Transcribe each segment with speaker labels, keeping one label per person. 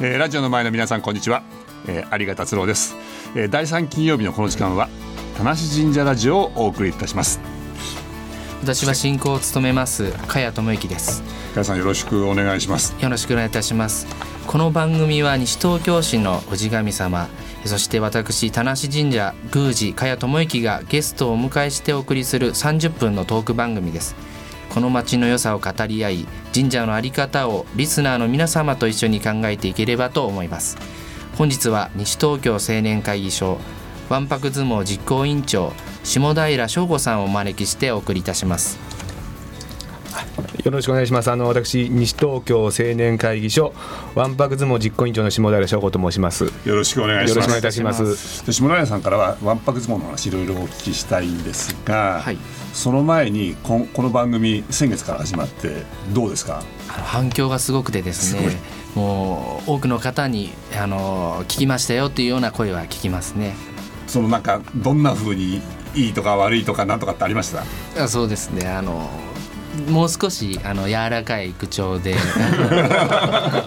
Speaker 1: えーラジオの前の皆さんこんにちは、えー、有賀達郎です、えー、第三金曜日のこの時間は田無神社ラジオをお送りいたします
Speaker 2: 私は進行を務めます加谷智之です
Speaker 1: 皆さんよろしくお願いします
Speaker 2: よろしくお願いいたしますこの番組は西東京市の氏神様そして私田無神社宮司加谷智之がゲストをお迎えしてお送りする30分のトーク番組ですこの町の良さを語り合い神社の在り方をリスナーの皆様と一緒に考えていければと思います本日は西東京青年会議所わんぱく相撲実行委員長下平翔吾さんをお招きしてお送りいたします
Speaker 3: よろしくお願いします。あの私西東京青年会議所ワンパク相撲実行委員長の下平翔子と申します。よ
Speaker 1: よろしくお願
Speaker 3: ろ
Speaker 1: い
Speaker 3: し
Speaker 1: し
Speaker 3: くお
Speaker 1: ま
Speaker 3: 願いい
Speaker 1: す
Speaker 3: たします。
Speaker 1: で下平さんからはわんぱく相撲の話いろいろお聞きしたいんですが、
Speaker 2: はい
Speaker 1: その前にこんこの番組先月から始まってどうですか
Speaker 2: あの反響がすごくてですねもう多くの方にあの聞きましたよというような声は聞きますね
Speaker 1: そのなんかどんな風にいいとか悪いとかなんとかってありました
Speaker 2: あそうですねあのもう少しあの柔らかい口調 で、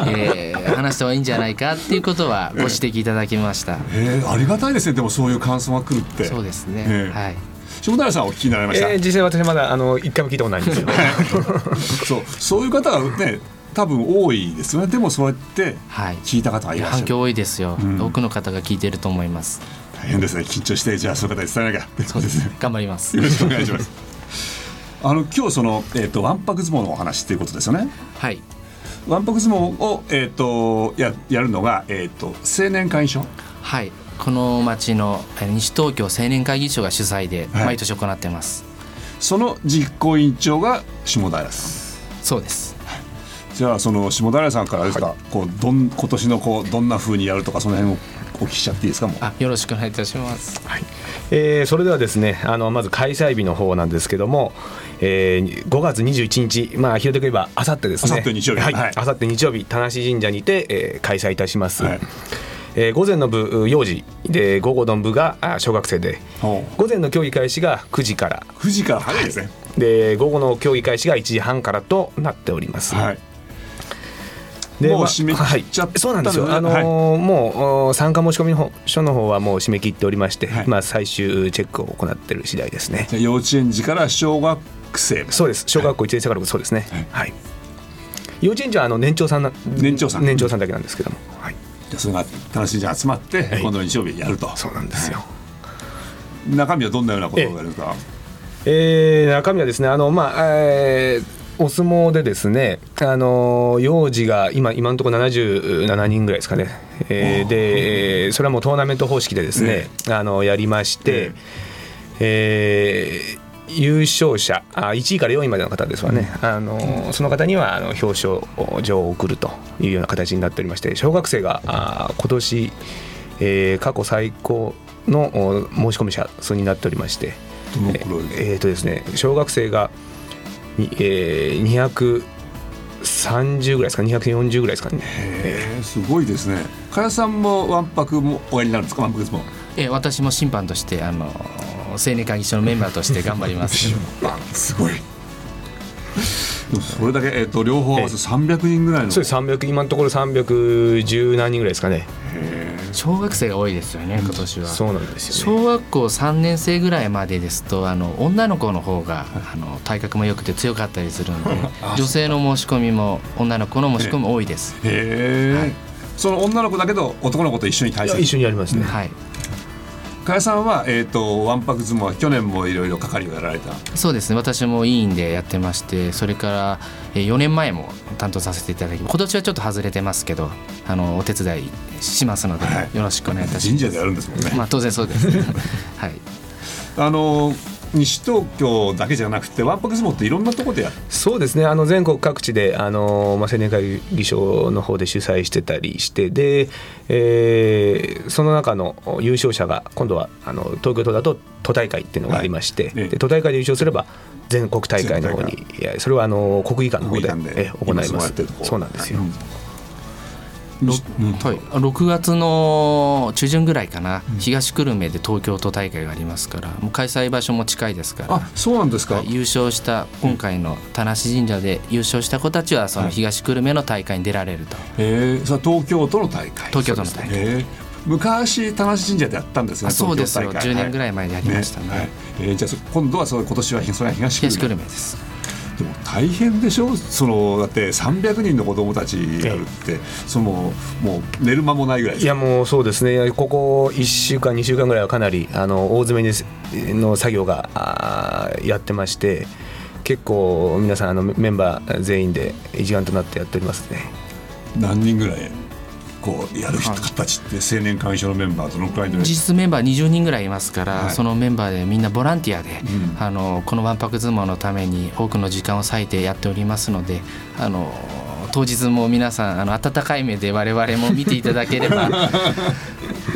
Speaker 2: えー話した方がいいんじゃないかっていうことはご指摘いただきました
Speaker 1: えー、ありがたいですねでもそういう感想が来るって
Speaker 2: そうですね、
Speaker 1: ええ
Speaker 2: はい
Speaker 1: 下平さんお聞きになりました、
Speaker 3: えー実際私まだあの一回も聞いたことないんですよ。
Speaker 1: そうそういう方がね多分多いですよねでもそうやって
Speaker 2: はい
Speaker 1: 聞いた方がい
Speaker 2: いや
Speaker 1: らっしゃ
Speaker 2: 反
Speaker 1: る
Speaker 2: 響多いですよ、
Speaker 1: ん
Speaker 2: 多くの方が聞いてると思います
Speaker 1: 大変ですね緊張してじゃあそういう方に伝えなきゃ
Speaker 2: そうですね頑張ります
Speaker 1: よろしくお願いします あの今日その、えー、とわんぱく相撲のお話っていうことですよね
Speaker 2: はい
Speaker 1: わんぱく相撲を、えー、とややるのが、えー、と青年会議所
Speaker 2: はいこの町のえー西東京青年会議所が主催で
Speaker 1: はい
Speaker 2: 毎年行ってます、
Speaker 1: その実行委員長が下平さん
Speaker 2: そうです
Speaker 1: じゃあその下平さんからあれですか、こうどん今年のこうどんな風にやるとかその辺をお聞きしちゃっていいですかもう
Speaker 2: あよろしくお願いいたします
Speaker 3: えーそれではですねあのまず開催日の方なんですけども、えー5月21日まあ広でくればあさってですね
Speaker 1: 明後日日曜日
Speaker 3: はい
Speaker 1: はい
Speaker 3: あさって日曜日田無神社にて、えー開催いたします、
Speaker 1: はい
Speaker 3: えー午前の部幼児で午後の部があ小学生で
Speaker 1: ほう
Speaker 3: 午前の競技開始が9時から
Speaker 1: 富士から早いですね
Speaker 3: で午後の競技開始が1時半からとなっております、
Speaker 1: はい、
Speaker 3: で
Speaker 1: もう
Speaker 3: まあ
Speaker 1: 締め切っちゃったんだね
Speaker 3: はい、そうなんですよ、あの
Speaker 1: はい
Speaker 3: ーもうお参加申し込みの方書の方はもう締め切っておりまして、
Speaker 1: はい
Speaker 3: まあ、最終チェックを行っている次第ですね
Speaker 1: じゃあ幼稚園児から小学生
Speaker 3: そうです小学校1年生からそうですね
Speaker 1: はい
Speaker 3: はい、幼稚園児はあの年長さんな
Speaker 1: 年長さん
Speaker 3: 年長さんだけなんですけども、はい、
Speaker 1: じゃあそれが楽しいじゃん集まって、
Speaker 3: い
Speaker 1: 今度の日曜日にやると
Speaker 3: そうなんですよ、
Speaker 1: 中身はどんなようなことをやるんですか、
Speaker 3: えー中身はですねあの、まあえーお相撲でですね、あのー幼児が今、今のところ77人ぐらいですかね、えーでえーそれはもうトーナメント方式でですね、あのやりまして、えー優勝者あ、1位から4位までの方ですわね、あのーその方にはあの表彰状を送るというような形になっておりまして、小学生があ今年、えー過去最高のお申し込み者数になっておりまして。
Speaker 1: どのくらいですか
Speaker 3: えーとですね、小学生が、にえー、230ぐらいですか240ぐらいですかね、
Speaker 1: へえすごいですね加谷さんもわんぱくもおやりになるんですかわんぱく相撲
Speaker 2: えー私も審判としてあの青年会議所のメンバーとして頑張ります
Speaker 1: すごいでもそれだけ、えっと両方合わせて300人ぐらいの
Speaker 3: そうです300今のところ310何人ぐらいですかね
Speaker 2: 小学生が多いですよね今年は
Speaker 3: そうなんですよね
Speaker 2: 小学校3年生ぐらいまでですとあの女の子の方があの体格も良くて強かったりするので女性の申し込みも女の子の申し込みも多いです、
Speaker 1: へえ、その女の子だけど男の子と一緒に対
Speaker 3: いや
Speaker 1: 戦
Speaker 3: 一緒にやりますね、
Speaker 2: はい
Speaker 1: 加谷さんは、えっとわんぱく相撲は去年もいろいろ係をやられた
Speaker 2: そうですね私も委員でやってましてそれからえー4年前も担当させていただき今年はちょっと外れてますけどあのお手伝いしますので、
Speaker 1: はい
Speaker 2: よろしくお願いいたし
Speaker 1: 神
Speaker 2: ます
Speaker 1: 社でやるんですもんね
Speaker 2: まあ当然そう です、はい、
Speaker 1: あの西東京だけじゃなくてわんぱく相撲っていろんなところでやる
Speaker 3: そうですねあの全国各地で、あのまあ、青年会議所の方で主催してたりしてで、えーその中の優勝者が今度はあの東京都だと都大会っていうのがありまして、
Speaker 1: はいええ
Speaker 3: で都大会で優勝すれば全国大会の方
Speaker 1: 全
Speaker 3: にいやそれはあの国技館の方
Speaker 1: 国技
Speaker 3: で
Speaker 1: 館で
Speaker 3: ええ行
Speaker 1: 今
Speaker 3: い
Speaker 1: そうや
Speaker 3: ま
Speaker 1: っ
Speaker 3: す
Speaker 1: てるとこ
Speaker 3: そうなんですよ、
Speaker 1: うん
Speaker 2: ろ
Speaker 1: うん
Speaker 2: はい、あ6月の中旬ぐらいかな、東久留米で東京都大会がありますからもう開催場所も近いですから
Speaker 1: あそうなんですか、
Speaker 2: はい優勝した今回の田無神社で優勝した子たちはその東久留米の大会に出られると、
Speaker 1: えー、それは東京都の大会
Speaker 2: 東京都の
Speaker 1: そ
Speaker 2: 大会
Speaker 1: うですねえー昔田無神社でやったんですね
Speaker 2: あそうですよ
Speaker 1: 東京大
Speaker 2: 10
Speaker 1: 会
Speaker 2: 年ぐらい前にやりましたね
Speaker 1: はいえーじゃあそ今度はその今年はそれは東
Speaker 2: 東
Speaker 1: 久
Speaker 2: 久
Speaker 1: 留
Speaker 2: 留
Speaker 1: 米
Speaker 2: 米です
Speaker 1: でも大変でしょそのだって300人の子供たちやるって、そのもう寝る間もないぐらいで
Speaker 3: い
Speaker 1: す
Speaker 3: やもうそうですね、ここ1週間、2週間ぐらいはかなりあの大詰めですの作業があーやってまして、結構皆さんあの、メンバー全員で一丸となってやっておりますね。
Speaker 1: 何人ぐらいこうやる人たちって青年会議所のメンバーどのくらいで
Speaker 2: 実質メンバー20人ぐらいいますから、
Speaker 1: はい
Speaker 2: そのメンバーでみんなボランティアで、
Speaker 1: うん
Speaker 2: あのこのわんぱく相撲のために多くの時間を割いてやっておりますのであの当日も皆さんあの温かい目で我々も見ていただけ れば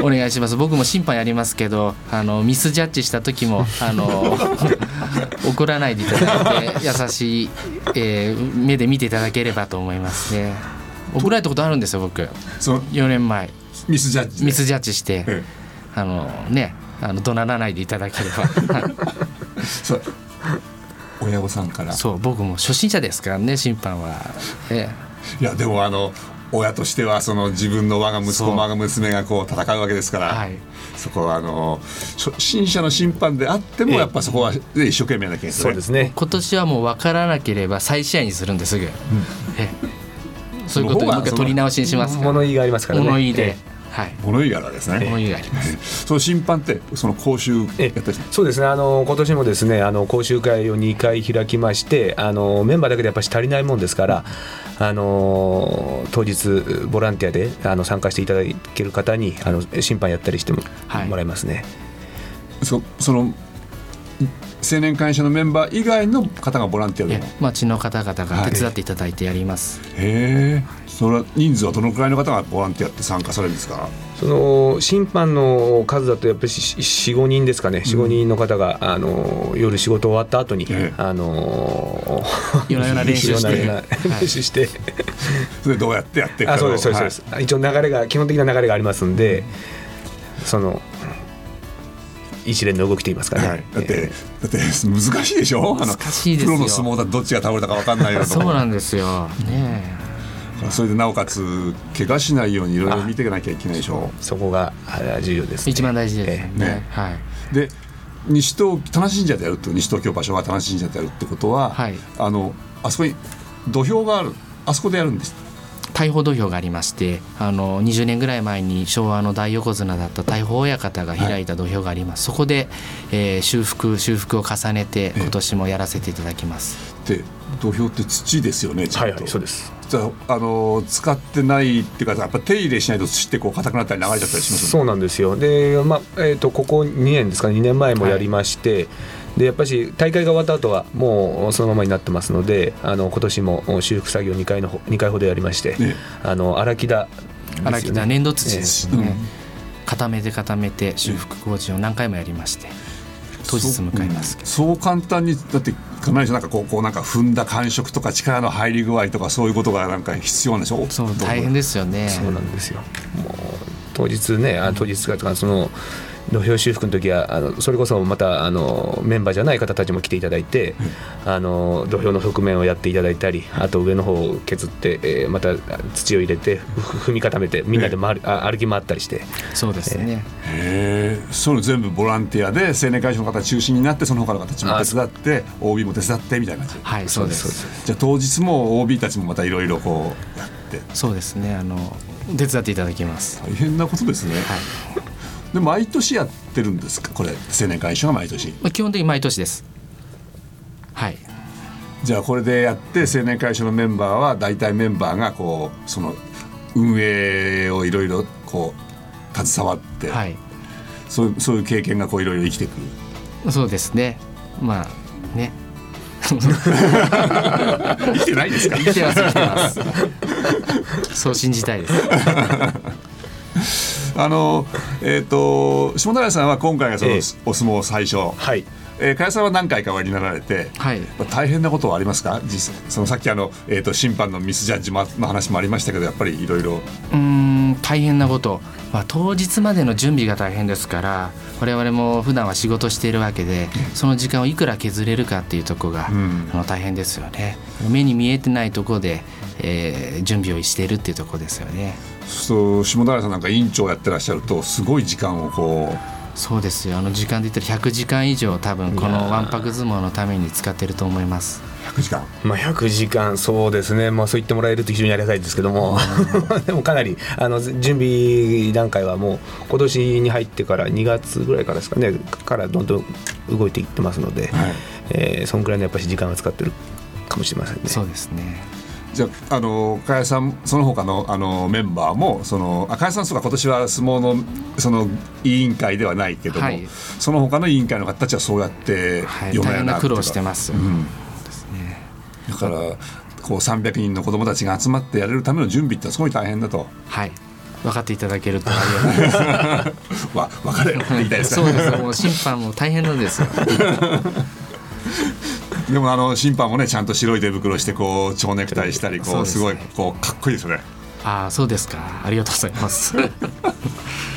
Speaker 2: お願いします僕も審判やりますけどあのミスジャッジした時もあ の怒らないでいただいて優しい、えー目で見ていただければと思いますね怒られたことあるんですよ僕
Speaker 1: その
Speaker 2: 4年前
Speaker 1: ミスジャッジで
Speaker 2: ミスジャッジして。
Speaker 1: え
Speaker 2: あのね、あの怒鳴らないでいただければ。
Speaker 1: えそう親御さんから
Speaker 2: そう、僕も初心者ですからね、審判は。ええ
Speaker 1: いやでもあの親としてはその自分の我が息子
Speaker 2: そう
Speaker 1: 我が娘がこう戦うわけですから、
Speaker 2: はい
Speaker 1: そこはあの初心者の審判であっても
Speaker 3: ええ
Speaker 1: やっぱそこはね一生懸命やらなきゃいけない
Speaker 3: そうですね
Speaker 2: 今年はもう分からなければ再試合にするんですぐ。ええそういうこと
Speaker 1: その方が
Speaker 2: でもう一回取り直しにしますから。
Speaker 3: 物言いがありますからね。
Speaker 2: 物言い
Speaker 3: え
Speaker 2: で
Speaker 3: え。
Speaker 2: はい。
Speaker 1: 物言いがあるわけですね、
Speaker 2: 物言いがあります。
Speaker 1: その審判ってその講習やった
Speaker 3: え
Speaker 1: り
Speaker 3: えそうですねあの今年もですねあの講習会を2回開きましてあのメンバーだけでやっぱり足りないもんですからあの当日ボランティアであの参加していただける方にあの審判やったりしても,、
Speaker 2: はい
Speaker 3: もらいますね
Speaker 1: そその青年会社のメンバー以外の方がボランティア
Speaker 2: え
Speaker 1: で
Speaker 2: え
Speaker 1: もへ
Speaker 2: 町の方々が手伝っていただいてやります。
Speaker 1: えそれは人数はどのくらいの方がボランティアって参加されるんですか
Speaker 3: その審判の数だとやっぱり45人ですかね45人の方が、あの夜仕事終わった後に、
Speaker 1: ええ
Speaker 3: あの
Speaker 2: 夜な夜な練習して
Speaker 3: 夜な夜な練習して。
Speaker 1: それどうやってやってるか
Speaker 3: あそうですそうです、そうです一応流れが基本的な流れがありますんでその一連の動きと言いますかね、
Speaker 1: はい、だって、
Speaker 3: え
Speaker 1: だって難しいでしょあの
Speaker 2: 難しいです
Speaker 1: プ
Speaker 2: よ
Speaker 1: ロの相撲だとどっちが倒れたか分かんないようなと
Speaker 2: そ
Speaker 1: こ
Speaker 2: うなんですよ。ねえ。
Speaker 1: それでなおかつ怪我しないようにいろいろ見ていかなきゃいけないでしょ
Speaker 3: ーそこがあ重要です、ね、
Speaker 2: 一番大事ですよね。
Speaker 1: ね
Speaker 2: はい。
Speaker 1: で西東田無神社でやると西東京場所は田無神社でやるってことは、
Speaker 2: はい
Speaker 1: あのあそこに土俵があるあそこでやるんです
Speaker 2: 大砲土俵がありましてあの20年ぐらい前に昭和の大横綱だった大砲親方が開いた土俵があります、そこで、えー修復修復を重ねて今年もやらせていただきます、
Speaker 1: って土俵って土ですよねちゃん
Speaker 3: は
Speaker 1: と、
Speaker 3: いはいそうです
Speaker 1: じゃああの使ってないっていうかやっぱ手入れしないと土ってこう硬くなったり流れちゃったりしますよね
Speaker 3: そうなんですよで、まあえー、とここ2年ですかね2年前もやりまして、でやっぱり大会が終わった後はもうそのままになってますのであの今年も修復作業2回のほ二回ほどやりまして、
Speaker 1: ええ
Speaker 3: あの荒木田ですよね
Speaker 2: 荒木田粘土土ですね、
Speaker 1: ええうん
Speaker 2: 固めて固めて修復工事を何回もやりまして当日迎えますけど
Speaker 1: そう簡単にだってかなりなんかこうこうなんか踏んだ感触とか力の入り具合とかそういうことがなんか必要なんでしょ
Speaker 2: そう大変
Speaker 1: で
Speaker 2: ですよね
Speaker 3: そうなんですよ。もう当日ね、あ当日かとかその土俵修復の時はあのそれこそまたあのメンバーじゃない方たちも来ていただいて、あの土俵の側面をやっていただいたり、あと上の方を削って、えーまた土を入れてふ踏み固めてみんなで回る、あ歩き回ったりして、
Speaker 2: そうですね、
Speaker 1: へえそれ全部ボランティアで青年会社の方中心になってその他の方たちも手伝って OB も手伝ってみたいな感じ
Speaker 2: はいそうです
Speaker 3: そう
Speaker 1: じゃあ当日も OB たちもまたいろいろこうやって
Speaker 2: そうですねあの手伝っていただきます
Speaker 1: 大変なことですね、
Speaker 2: はい
Speaker 1: で毎年やってるんですかこれ青年会社が毎年
Speaker 2: まあ基本的に毎年ですはい
Speaker 1: じゃあこれでやって青年会社のメンバーは大体メンバーがこうその運営をいろいろこう携わって、
Speaker 2: はい
Speaker 1: そういうそういう経験がこういろいろ生きてくる
Speaker 2: そうですね。まあ ね。
Speaker 1: 生きてないですか
Speaker 2: 生きてます生きてます。そう信じたいです。
Speaker 1: あのえっ、と下平さんは今回がその、
Speaker 3: ええ
Speaker 1: お相撲最初
Speaker 3: はい。
Speaker 1: えー加谷さんは何回かおやりになられて、
Speaker 2: はい
Speaker 1: まあ大変なことはありますか実そのさっきあの、えー、と審判のミスジャッジもの話もありましたけどやっぱりいろいろ
Speaker 2: うーん大変なこと、まあ、当日までの準備が大変ですから我々も普段は仕事しているわけでその時間をいくら削れるかっていうとこが、
Speaker 1: ん
Speaker 2: あの大変ですよね目に見えてないとこで、えー準備をしているっていうとこですよね
Speaker 1: そう下平さんなんか委員長やってらっしゃるとすごい時間をこ
Speaker 2: そうですよあの時間で言ったら100時間以上多分このわんぱく相撲のために使ってると思います
Speaker 1: う100時間
Speaker 3: まあ、100時間、そうですね、まあ、そう言ってもらえると非常にありがたいですけども、 でもかなりあの準備段階はもう、今年に入ってから2月ぐらいからですかね、からどんどん動いていってますので、
Speaker 1: はい
Speaker 3: えーそんくらいのやっぱり時間を使ってるかもしれませんね。
Speaker 2: そうですね
Speaker 1: じゃああの加谷さんその他のあのメンバーもそのあ加谷さんそうか今年は相撲のその委員会ではないけども、
Speaker 2: はい
Speaker 1: その他の委員会の方たちはそうやって
Speaker 2: はい
Speaker 1: 夜
Speaker 2: 大
Speaker 1: な夜
Speaker 2: 変な
Speaker 1: なって
Speaker 2: 苦
Speaker 1: いうか
Speaker 2: 労してます、
Speaker 1: ん
Speaker 2: ですね
Speaker 1: だからこう300人の子どもたちが集まってやれるための準備ってすごい大変だ と。
Speaker 2: はい分かっていただけるとありがたいです
Speaker 1: わ分かれよって言いたい です
Speaker 2: そう
Speaker 1: ね
Speaker 2: ですよもう審判も大変なんです よ
Speaker 1: でもあの審判もねちゃんと白い手袋してこう蝶ネクタイしたりこうす
Speaker 2: そ
Speaker 1: ご
Speaker 2: う
Speaker 1: い
Speaker 2: ですね
Speaker 1: こうかっこいいですよね
Speaker 2: ああそうですかありがとうございます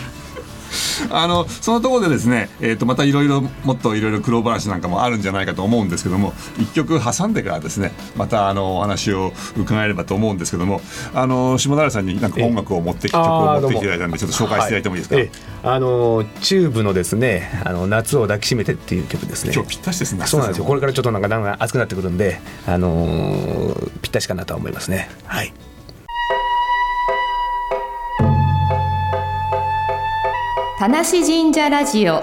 Speaker 1: あのそのところでですね、えー、とまたいろいろもっといろいろ苦労話なんかもあるんじゃないかと思うんですけども一曲挟んでからですねまたあのお話を伺えればと思うんですけどもあの下平さんになんか音楽を持ってき曲
Speaker 3: あ
Speaker 1: を持
Speaker 3: ーど
Speaker 1: ってき
Speaker 3: うも
Speaker 1: ていただいたんでちょっと紹介していただいてもいいですか、
Speaker 3: はええあのチューブのですね「あの夏を抱きしめて」っていう曲ですね
Speaker 1: 今日ぴったしですね
Speaker 3: そうなんですよこれからちょっとなんかだんだん暑くなってくるんで、あのーぴったしかなとは思いますねはい
Speaker 4: 田無神社ラジオ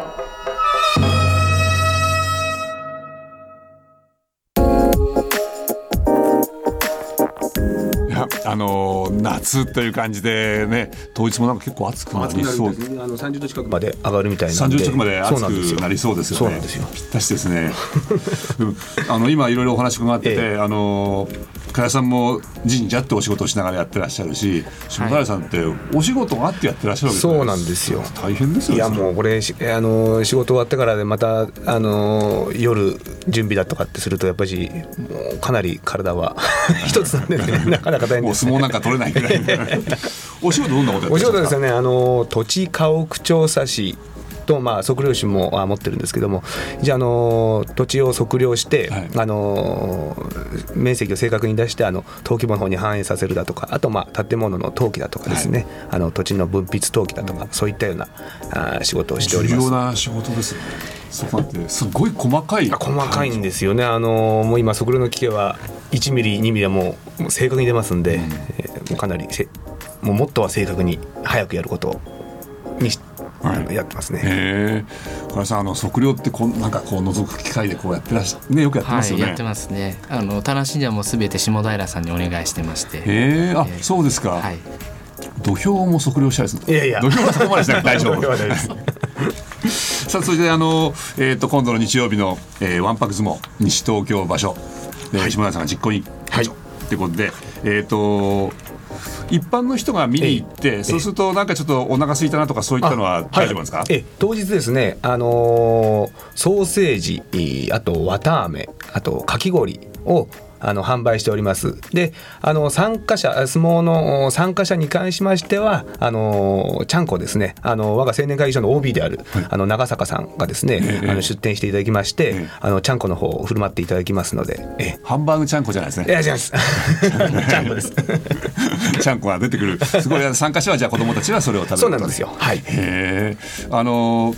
Speaker 1: いやあの夏という感じでね当日もなんか結構暑くなりそう
Speaker 3: ねあの30度近くまで上がるみたいなんで
Speaker 1: 30着まで暑
Speaker 3: そうなんですよ
Speaker 1: くなりそうですよね。
Speaker 3: そうなんですよ
Speaker 1: ぴったしですね。でもあの今いろいろお話伺ってて、
Speaker 3: え
Speaker 1: あの加谷さんも神社ってお仕事をしながらやってらっしゃるし、下平さんってお仕事があってやってらっしゃるわけじゃい
Speaker 3: そうなんですよ
Speaker 1: 大変ですよ
Speaker 3: い
Speaker 1: ね。
Speaker 3: やもうこれしあのー仕事終わってからでまたあのー夜準備だとかってするとやっぱりもうかなり体は 一つなんで ねなかなか大変
Speaker 1: も
Speaker 3: で
Speaker 1: う
Speaker 3: す
Speaker 1: 相撲なんか取れないぐらい。 お仕事どんなことやってらっしゃるんですか。
Speaker 3: お仕事ですよね、あの土地家屋調査士と、まあ、測量士もあ持ってるんですけども、じゃあ、あの土地を測量して、
Speaker 1: はい
Speaker 3: あの面積を正確に出して、あの登記簿の方に反映させるだとか、あと、まあ、建物の登記だとかですね、あの土地の分泌登記だとか、そういったようなあ仕事をしてお
Speaker 1: 重
Speaker 3: りま
Speaker 1: 要
Speaker 3: す。
Speaker 1: な仕事ですね。そこなんてすごい細かい。
Speaker 3: 細かいんですよね、あのもう今、測量の機器は1ミリ、2ミリはもうもう正確に出ますんで、えーもうかなりせもうもっとは正確に早くやることにし、あのやってますね。
Speaker 1: へえ。加谷さんあの測量ってこんなんかこう覗く機会でこうやってらっしゃねよくやってま
Speaker 2: は
Speaker 1: すよ
Speaker 2: い
Speaker 1: ね。
Speaker 2: やってますねあの田無神社もすべて下平さんにお願いしてまして
Speaker 1: へえあ、
Speaker 2: えー
Speaker 1: そうですか、
Speaker 2: はい
Speaker 1: 土俵も測量したいです
Speaker 3: いやいや
Speaker 1: 土俵はそこまでし なくて大丈
Speaker 3: これは
Speaker 1: 夫
Speaker 3: 大丈夫です
Speaker 1: さあそれであの、えー、と今度の日曜日の、えー、ワンパク相撲西東京場所、えー下村さんが実行委員会長と、い、うことでえっ、と一般の人が見に行って、そうするとなんかちょっとお腹空いたなとかそういったのは大丈夫なんですか、
Speaker 3: ええ当日ですね、あのーソーセージえーあと綿あめあとかき氷をあの販売しておりますであの参加者あ相撲のお参加者に関しましてはあのーちゃんこですねあの我が青年会議所の OB である、あの長坂さんがですね、あの出店していただきまして、
Speaker 1: ええ
Speaker 3: あのちゃんこの方を振る舞っていただきますので、ええ
Speaker 1: ハンバーグちゃんこじゃないです
Speaker 3: い
Speaker 1: ね。
Speaker 3: や違います ちゃんこです
Speaker 1: ちゃんこが出てくる。すごい参加者はじゃあ子供たちはそれを食べる
Speaker 3: そうな
Speaker 1: と
Speaker 3: んですよはい
Speaker 1: へえあの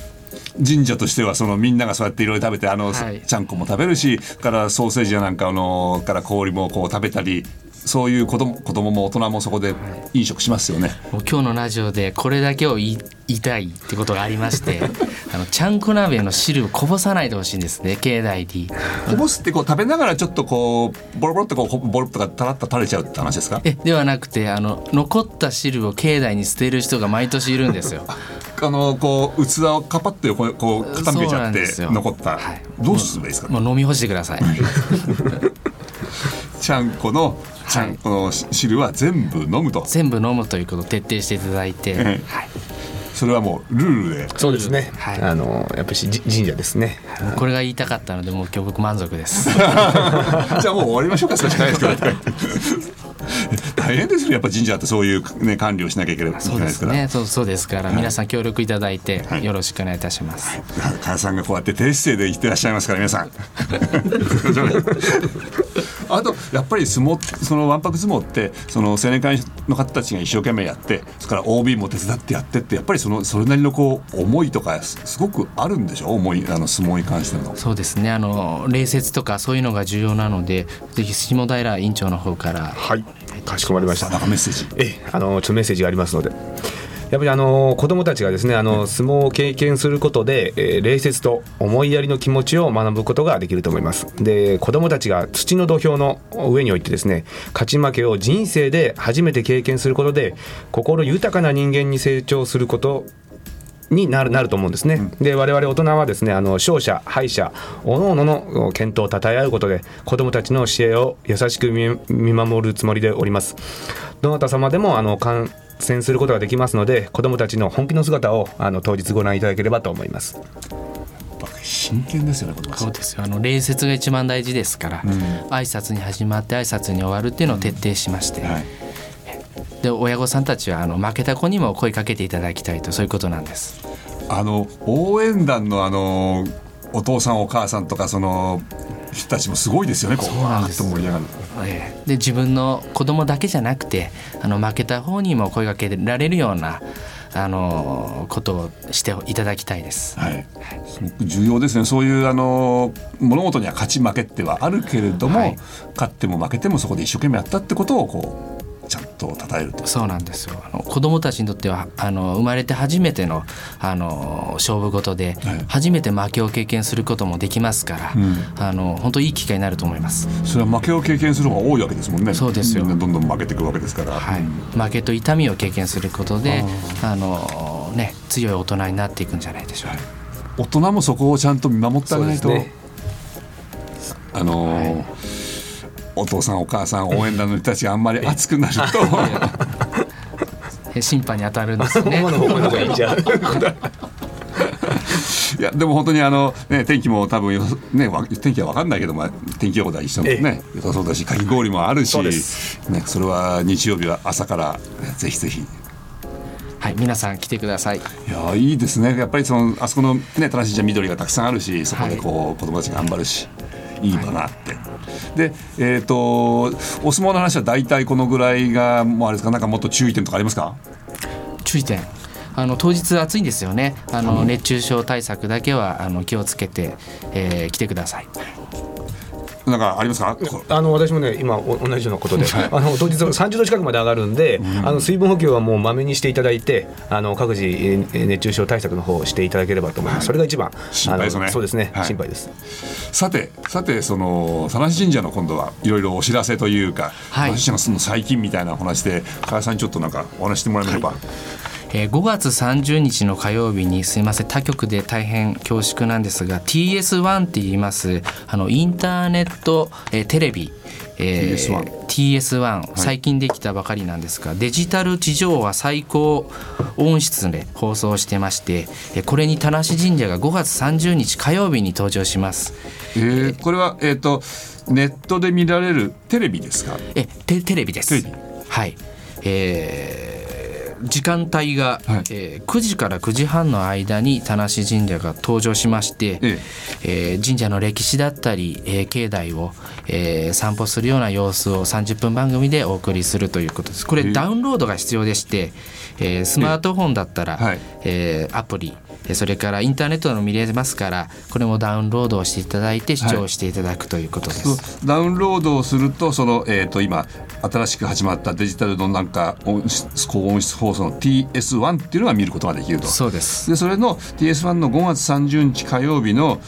Speaker 1: 神社としてはそのみんながそうやっていろいろ食べてあの、
Speaker 2: はい
Speaker 1: ちゃんこも食べるしからソーセージやなんかあのから氷もこう食べたりそういう子供子供も大人もそこで飲食しますよね。
Speaker 2: もう今日のラジオでこれだけを言い言いたいってことがありまして あのちゃんこ鍋の汁をこぼさないでほしいんですね境内に
Speaker 1: こぼすってこう食べながらちょっとこうボロボロってこうほボロッとかたらっと垂れちゃうって話ですか
Speaker 2: えではなくてあの残った汁を境内に捨てる人が毎年いるんですよ
Speaker 1: あのこう器をカパッと横にこう傾けち
Speaker 2: そう
Speaker 1: ゃ
Speaker 2: な
Speaker 1: っ
Speaker 2: ん
Speaker 1: て
Speaker 2: ですよ
Speaker 1: 残った、
Speaker 2: はい
Speaker 1: どうすればいいですか
Speaker 2: もう飲み干してください
Speaker 1: ちゃんこのちゃんこの汁は全部飲むと。
Speaker 2: 全部飲むということを徹底していただいて、
Speaker 1: ええ
Speaker 2: はい
Speaker 1: それはもうルールで
Speaker 3: そうですね、
Speaker 2: はい
Speaker 3: あのやっぱりしじ神社ですね
Speaker 2: もうこれが言いたかったのでもう今日僕満足です
Speaker 1: じゃあもう終わりましょうか、それしかないですから。大変ですよ、やっぱ神社ってそういう、ね、管理をしなきゃいけないいけ
Speaker 2: そ
Speaker 1: な
Speaker 2: う
Speaker 1: い
Speaker 2: で
Speaker 1: です
Speaker 2: す
Speaker 1: から。
Speaker 2: ねそうそうですから皆さん協力いただいて
Speaker 1: はい
Speaker 2: よろしくお願いいたします、
Speaker 1: 加谷さんがこうやって低姿勢で行ってらっしゃいますから皆さ んあとやっぱり相撲ってそのわんぱく相撲ってその青年会の方たちが一生懸命やってそれから OB も手伝ってやってってやっぱりそのそれなりのこう思いとかすすごくあるんでしょ思いあの相撲に関しての。
Speaker 2: そうですねあの礼節とかそういうのが重要なのでぜひ下平委員長の方から
Speaker 3: はいかしこまりました
Speaker 1: なんかメッセージ
Speaker 3: ええあのちょっとメッセージがありますので。やっぱりあの子どもたちがですねあの相撲を経験することで、えー礼節と思いやりの気持ちを学ぶことができると思いますで子どもたちが土の土俵の上に置いてですね勝ち負けを人生で初めて経験することで心豊かな人間に成長することになるなると思うんですね。で我々大人はですねあの勝者敗者各々の健闘を称え合うことで子どもたちの試合を優しく見見守るつもりでおります。どなた様でもあの観戦することができますので子どもたちの本気の姿をあの当日ご覧いただければと思います。
Speaker 1: 真剣ですよねこれ
Speaker 2: そうですよあの礼節が一番大事ですから、挨拶に始まって挨拶に終わるっていうのを徹底しまして、
Speaker 1: はい
Speaker 2: で親御さんたちはあの負けた子にも声かけていただきたいとそういうことなんです
Speaker 1: あの応援団のあのお父さんお母さんとかその人たちもすごいですよね。こう
Speaker 2: そうなんです
Speaker 1: わーっと盛り上がる。
Speaker 2: ええで自分の子供だけじゃなくてあの負けた方にも声かけられるようなあのことをしていただきたいです。
Speaker 1: はい。すごく重要ですね。そういうあの物事には勝ち負けってはあるけれども、
Speaker 2: はい
Speaker 1: 勝っても負けてもそこで一生懸命やったってことをこうちゃんと称えると。
Speaker 2: そうなんですよあの子供たちにとってはあの生まれて初めてのあの勝負事で、
Speaker 1: はい
Speaker 2: 初めて負けを経験することもできますから、
Speaker 1: うん
Speaker 2: あの本当いい機会になると思います、
Speaker 1: それは負けを経験する方が多いわけですもんね。
Speaker 2: そうですよ
Speaker 1: みんなどんどん負けていくわけですから。
Speaker 2: はい、負けと痛みを経験することであの、ね、強い大人になっていくんじゃないでしょうか、
Speaker 1: 大人もそこをちゃんと見守ってあげないと、
Speaker 3: そうですね
Speaker 1: あのーお父さんお母さん応援団の人たちがあんまり熱くなると
Speaker 2: え審判に当たるんですよね
Speaker 1: いやでも本当にあの、ね、天気も多分よそね、わ天気は分かんないけど、まあ、天気予報台一緒もね良さそうだしかき氷もあるし、
Speaker 3: そう
Speaker 1: ね
Speaker 3: で、
Speaker 1: それは日曜日は朝からぜひぜひ。
Speaker 2: はい皆さん来てください
Speaker 1: いやーいいですねやっぱりそのあそこのね正しいじゃ緑がたくさんあるしそこでこう、子供たちが頑張るしいい場があって、でえっ、とお相撲の話は大体このぐらいがもうあれですかなんかもっと注意点とかありますか
Speaker 2: 注意点あの当日暑いんですよねあの、熱中症対策だけはあの気をつけて、えー来てください
Speaker 1: なんかありますかこ
Speaker 3: あの私もね、今、お同じようなことで、あの当日30度近くまで上がるんで、あの水分補給はもうまめにしていただいて、あの各自、えー熱中症対策の方をしていただければと思います、それが一番、
Speaker 1: 心配ですね
Speaker 3: あのそうですね、
Speaker 1: はい
Speaker 3: 心配です。
Speaker 1: さてさてその田無神社の今度はいろいろお知らせというか、
Speaker 2: は
Speaker 1: 田
Speaker 2: い
Speaker 1: 無神社のその最近みたいなお話で加谷さんにちょっとなんかお話してもらえましょうか、
Speaker 2: えー5月30日の火曜日にすいません他局で大変恐縮なんですが TS1 って言いますあのインターネット、えーテレビ、え
Speaker 1: TS1
Speaker 2: TS1 最近できたばかりなんですが、デジタル地上は最高音質で放送してましてえーこれに田無神社が5月30日火曜日に登場します。
Speaker 1: えーこれはえっ、とネットで見られるテレビですか
Speaker 2: えテテレビです
Speaker 1: テレビ
Speaker 2: はいえー時間帯が、
Speaker 1: はい
Speaker 2: えー9時から9時半の間に田無神社が登場しまして、
Speaker 1: え
Speaker 2: えー神社の歴史だったり、えー境内を、えー散歩するような様子を30分番組でお送りするということですこれダウンロードが必要でして、えースマートフォンだったら、
Speaker 1: えはい
Speaker 2: えーアプリえーそれからインターネットでも見れますからこれもダウンロードをしていただいて視聴していただくということです、
Speaker 1: そうダウンロードをするとその、えー、と今新しく始まったデジタルのなんか音質高音質放送の TS1 っていうのが見ることができると
Speaker 2: そうです
Speaker 1: でそれの TS1 の5月30日火曜日の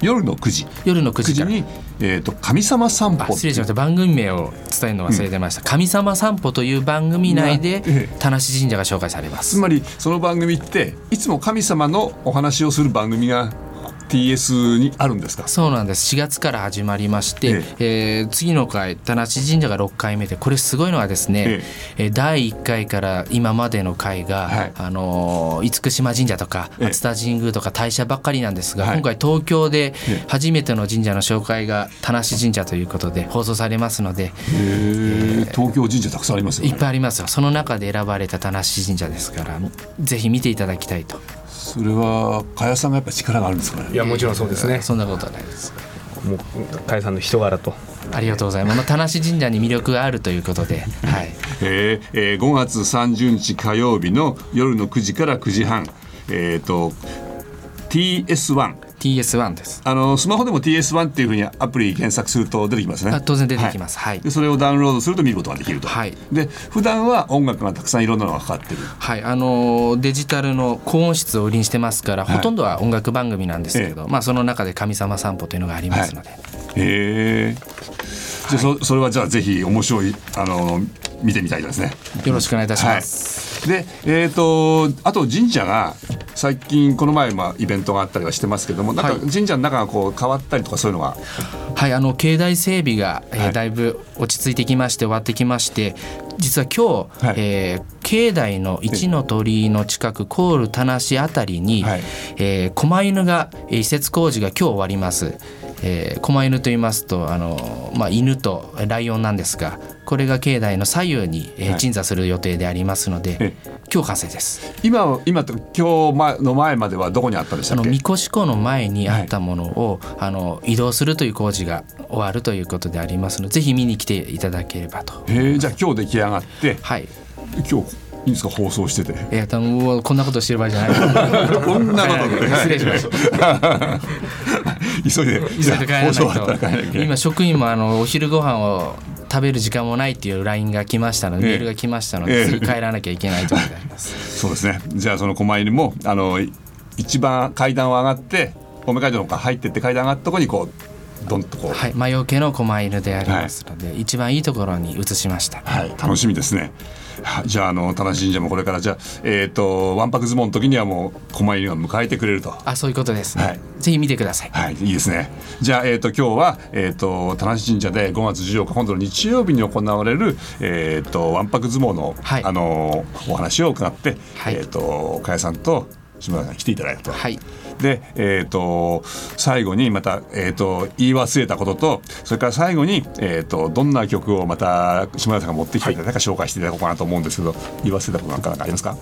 Speaker 1: 夜の9時
Speaker 2: 夜の9時から
Speaker 1: に、えーと「神様散
Speaker 2: あ
Speaker 1: 歩」
Speaker 2: 失礼しました番組名を伝えるの忘れてました「神様散歩」という番組内
Speaker 1: なえ
Speaker 2: で
Speaker 1: え
Speaker 2: 田無神社が紹介されま
Speaker 1: つ
Speaker 2: す
Speaker 1: まりその番組っていつも神様のお話をする番組が TS にあるんですか
Speaker 2: そうなんです4月から始まりまして、えー次の回田無神社が6回目でこれすごいのはですね、
Speaker 1: え
Speaker 2: えー第1回から今までの回が、
Speaker 1: はい
Speaker 2: あのー厳島神社とか
Speaker 1: ええ
Speaker 2: 熱田神宮とか大社ばっかりなんですが、
Speaker 1: はい
Speaker 2: 今回東京で
Speaker 1: え
Speaker 2: 初めての神社の紹介が田無神社ということで放送されますので
Speaker 1: へえ東京神社たくさんありますよ
Speaker 2: いっ
Speaker 1: ね
Speaker 2: ぱいありますよその中で選ばれた田無神社ですからぜひ見ていただきたいと
Speaker 1: それは加谷さんがやっぱ力があるんですか
Speaker 3: い
Speaker 1: ね
Speaker 3: やもちろんそうですね
Speaker 2: そんなことはないです
Speaker 3: もう加谷さんの人柄と
Speaker 2: ありがとうございますまあ田無神社に魅力があるということではい
Speaker 1: えーえー5月30日火曜日の夜の9時から9時半えっ、と TS1
Speaker 2: TS1 です
Speaker 1: あのスマホでも TS1 っていうふうにアプリ検索すると出てきますね
Speaker 2: あ当然出てきますはい
Speaker 1: でそれをダウンロードすると見ることができると、
Speaker 2: はい
Speaker 1: で普段は音楽がたくさんいろんなのがかかってる
Speaker 2: はいあのーデジタルの高音質を売りにしてますから、
Speaker 1: はい
Speaker 2: ほとんどは音楽番組なんですけど、
Speaker 1: え
Speaker 2: まあ、その中で「神様散歩」というのがありますので、
Speaker 1: へえじゃあそそれはじゃあぜひ面白いあの見てみたいですね
Speaker 2: よろしくお願いいたし
Speaker 1: は
Speaker 2: ま
Speaker 1: い
Speaker 2: す、、
Speaker 1: で、えー、とあと神社が最近この前、まあ、イベントがあったりはしてますけどもなん
Speaker 2: は
Speaker 1: か神社の中がこう変わったりとかそういうのが、
Speaker 2: はい、あの境内整備が、えー
Speaker 1: はい
Speaker 2: だいぶ落ち着いてきまして終わってきまして実は今日、
Speaker 1: はい
Speaker 2: えー境内の一の鳥居の近くコール田無あたりに、
Speaker 1: はい
Speaker 2: えー狛犬がえー移設工事が今日終わります。えー狛犬と言いますとあの、まあ、犬とライオンなんですがこれが境内の左右に、えー
Speaker 1: はい
Speaker 2: 鎮座する予定でありますので、
Speaker 1: え
Speaker 2: 今日完成です
Speaker 1: 今今と今日前の前まではどこにあったんでした
Speaker 2: あの
Speaker 1: っけ
Speaker 2: みこし湖の前にあったものを、あの移動するという工事が終わるということでありますのでぜひ見に来ていただければと
Speaker 1: へーじゃあ今日出来上がって
Speaker 2: はい
Speaker 1: 今日いいんですか放送してて。
Speaker 2: えーともうこんなことしてる場合じゃない
Speaker 1: こんなことで、。
Speaker 2: はい失礼しました
Speaker 1: 急いで、
Speaker 2: 急いで帰らない
Speaker 1: 放送終わったら帰らなきゃい
Speaker 2: と
Speaker 1: けない
Speaker 2: 今職員もあのお昼ご飯を食べる時間もないっていう LINE が来ましたので、
Speaker 1: ええ
Speaker 2: メールが来ましたの
Speaker 1: ええ
Speaker 2: で、すぐ帰らなきゃいけないということであ ります。
Speaker 1: そうですね。じゃあその狛犬もあのい一番階段を上がって、おめ街道の方から入ってって階段上がったとこにこうどんとこう、
Speaker 2: はい、魔除けの狛犬でありますので、一番いいところに移しました。
Speaker 1: はい、楽しみですね。はじゃああの田無神社もこれからじゃあえっ、とワンパク相撲の時にはもう狛犬が迎えてくれると。
Speaker 2: あ、そういうことですね。
Speaker 1: はい
Speaker 2: ぜひ見てください。
Speaker 1: はい、いいですね。じゃあ、えっ、と、今日は、えっ、と、田無神社で5月14日、今度の日曜日に行われる、えっ、と、わんぱく相撲の、
Speaker 2: はい
Speaker 1: あのーお話を伺って、
Speaker 2: はい
Speaker 1: えっ、と、加谷さんと島田さんに来ていただいたと。
Speaker 2: はい
Speaker 1: で、えっ、と、最後にまた、えっ、と、言い忘れたことと、それから最後に、えっ、と、どんな曲をまた島田さんが持ってきていただいたか紹介していただこうかなと思うんですけど、言い忘れたことなんかなんかありますか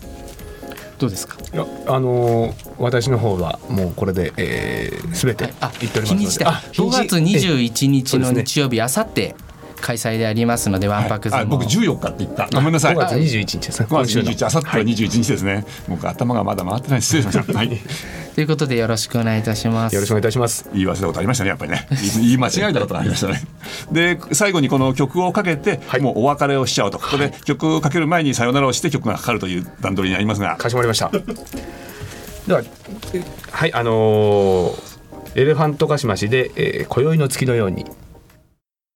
Speaker 2: どうですか。
Speaker 3: いやあのー私の方はもうこれで、えー、全て
Speaker 2: あ、
Speaker 3: 言っておりますので、
Speaker 2: 日にちで。5月
Speaker 3: ええ
Speaker 2: 21日の
Speaker 3: そうですね
Speaker 2: 日曜日、あさって開催でありますので、ワンパク相
Speaker 1: あ、
Speaker 2: 撲。
Speaker 1: 僕14日って言った。ごめんなさい。
Speaker 3: 5月21日ですね
Speaker 1: まあ、
Speaker 3: 今週
Speaker 1: 21
Speaker 3: の
Speaker 1: 日、あさっては21日ですね、僕、頭がまだ回ってない、失礼しま した、はい、
Speaker 2: ということで、よろしくお願いいたします。
Speaker 3: よろしくお願いいたします
Speaker 1: 言い忘れたことありましたね、やっぱりね、言い言い間違えたことがありました ね。で、最後にこの曲をかけて、もうお別れをしちゃうと、ここで曲をかける前にさよならをして、曲がかかるという段取りになりますが、
Speaker 3: かしこまりましたではえはいあのーエレファントカシマシで、えー今宵の月のように」